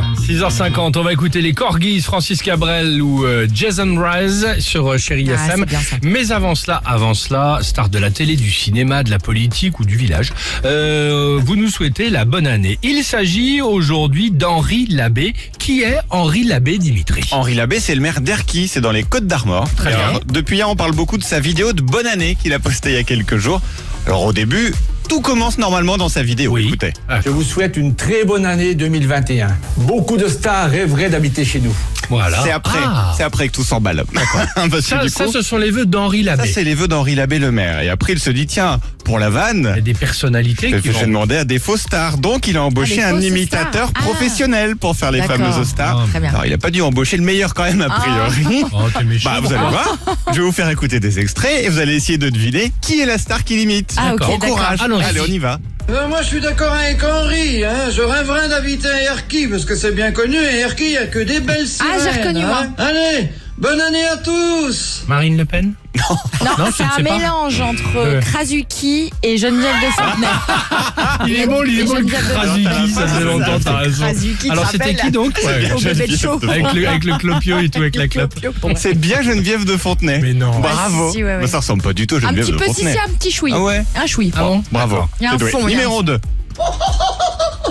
6h50, on va écouter les Corgis, Francis Cabrel ou euh, Jason Rise sur euh, Chéri Ah, FM. c'est bien ça. Mais avant cela, avant cela, star de la télé, du cinéma, de la politique ou du village, euh, vous nous souhaitez la bonne année. Il s'agit aujourd'hui d'Henri Labbé. Qui est Henri Labbé Dimitri Henri Labbé, c'est le maire d'Erquy, c'est dans les Côtes d'Armor. Très Et bien. alors, Depuis hier, on parle beaucoup de sa vidéo de bonne année qu'il a postée il y a quelques jours. Alors au début, tout commence normalement dans sa vidéo. Écoutez. Ah, Je vous souhaite une très bonne année 2021. Beaucoup de stars rêveraient d'habiter chez nous. voilà. C'est après, Ah, c'est après que tout s'emballe. Parce que ça, du ça, coup, ce sont les vœux d'Henri ça, Labbé. c'est les vœux d'Henri Labbé le maire. Et après, il se dit tiens, pour la vanne, Il y a des personnalités qui J'ai vont... demandé à des faux stars. Donc, il a embauché les un fausses imitateur stars. Ah. professionnel pour faire les D'accord. Ah. fameuses stars. Ah, Très bien. Alors, il a pas dû embaucher le meilleur quand même, a priori. Oh, t'es méchant. Bah, vous allez voir. Je vais vous faire écouter des extraits et vous allez essayer de deviner qui est la star qu'il imite. Ah, ok, Bon d'accord. courage. Allons-y. Allez, on y va. Euh, moi, je suis d'accord avec Henri. Hein. Je rêverais d'habiter à Erquy, parce que c'est bien connu. Et Erquy, il n'y a que des belles sirènes. Ah, j'ai reconnu, moi. hein. Allez, bonne année à tous Marine Le Pen Non, Non, je c'est ne sais un pas. mélange entre Ouais. Krasuki et Geneviève de Fontenay. Il est bon, il est bon, le Geneviève de Krasuki, ça faisait longtemps, t'as raison. Krasuki, Alors tu te c'était qui rappelles, donc C'est Au bien bébé de chaud. Geneviève de avec, le, avec le clopio et tout, avec la clope. Bon. C'est bien Geneviève de Fontenay. Mais non. Bravo. Ouais, Bah, si, si, ouais, ouais. Mais ça ressemble pas du tout à Un Geneviève petit de peu, si, Fontenay. si, un petit choui. Ah ouais Un choui. Ah bon Bravo. Il y a un C'est doué. fond, il y a un Numéro 2.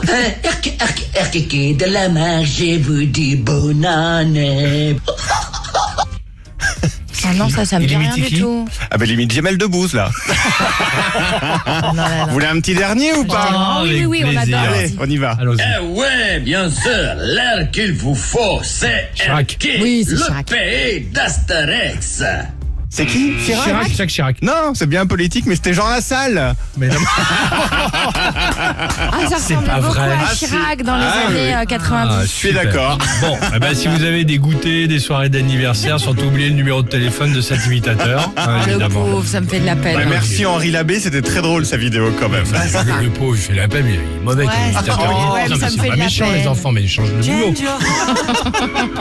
Hein, Erk, erk, erk, de la main, je vous dis bonne année. Ah non, ça, ça me Il dit rien imite du qui tout. Ah bah limite Jamel Debbouze là. Vous voulez un petit dernier ou pas Ah, oui, avec oui, oui, on plaisir. adore. Allez, on y va. Allons-y. Eh Ouais, bien sûr, l'air qu'il vous faut, c'est Chirac. Erquy, Oui, c'est Chirac. pays d'Astérix. C'est qui Chirac, Jacques Chirac. Non, c'est bien politique, mais c'était Jean Lassalle. Mais non. Ah, ça ressemble pas beaucoup vrai. à Ah, Chirac dans les Ah, années oui. euh, 90. Je suis Super. d'accord. Bon, eh ben, si vous avez des goûters, des soirées d'anniversaire, surtout oubliez le numéro de téléphone de cet imitateur, hein, Le évidemment. pauvre, ça me fait de la Ah, Bah, peine. merci Henri Labbé, c'était très drôle sa vidéo quand même. Le, le pauvre, je fais la paix, mais il est mauvais Ouais, comme imitateur. c'est- ouais, Non, ça mais me c'est fait pas de la méchant, peine. les enfants, mais ils changent de boulot.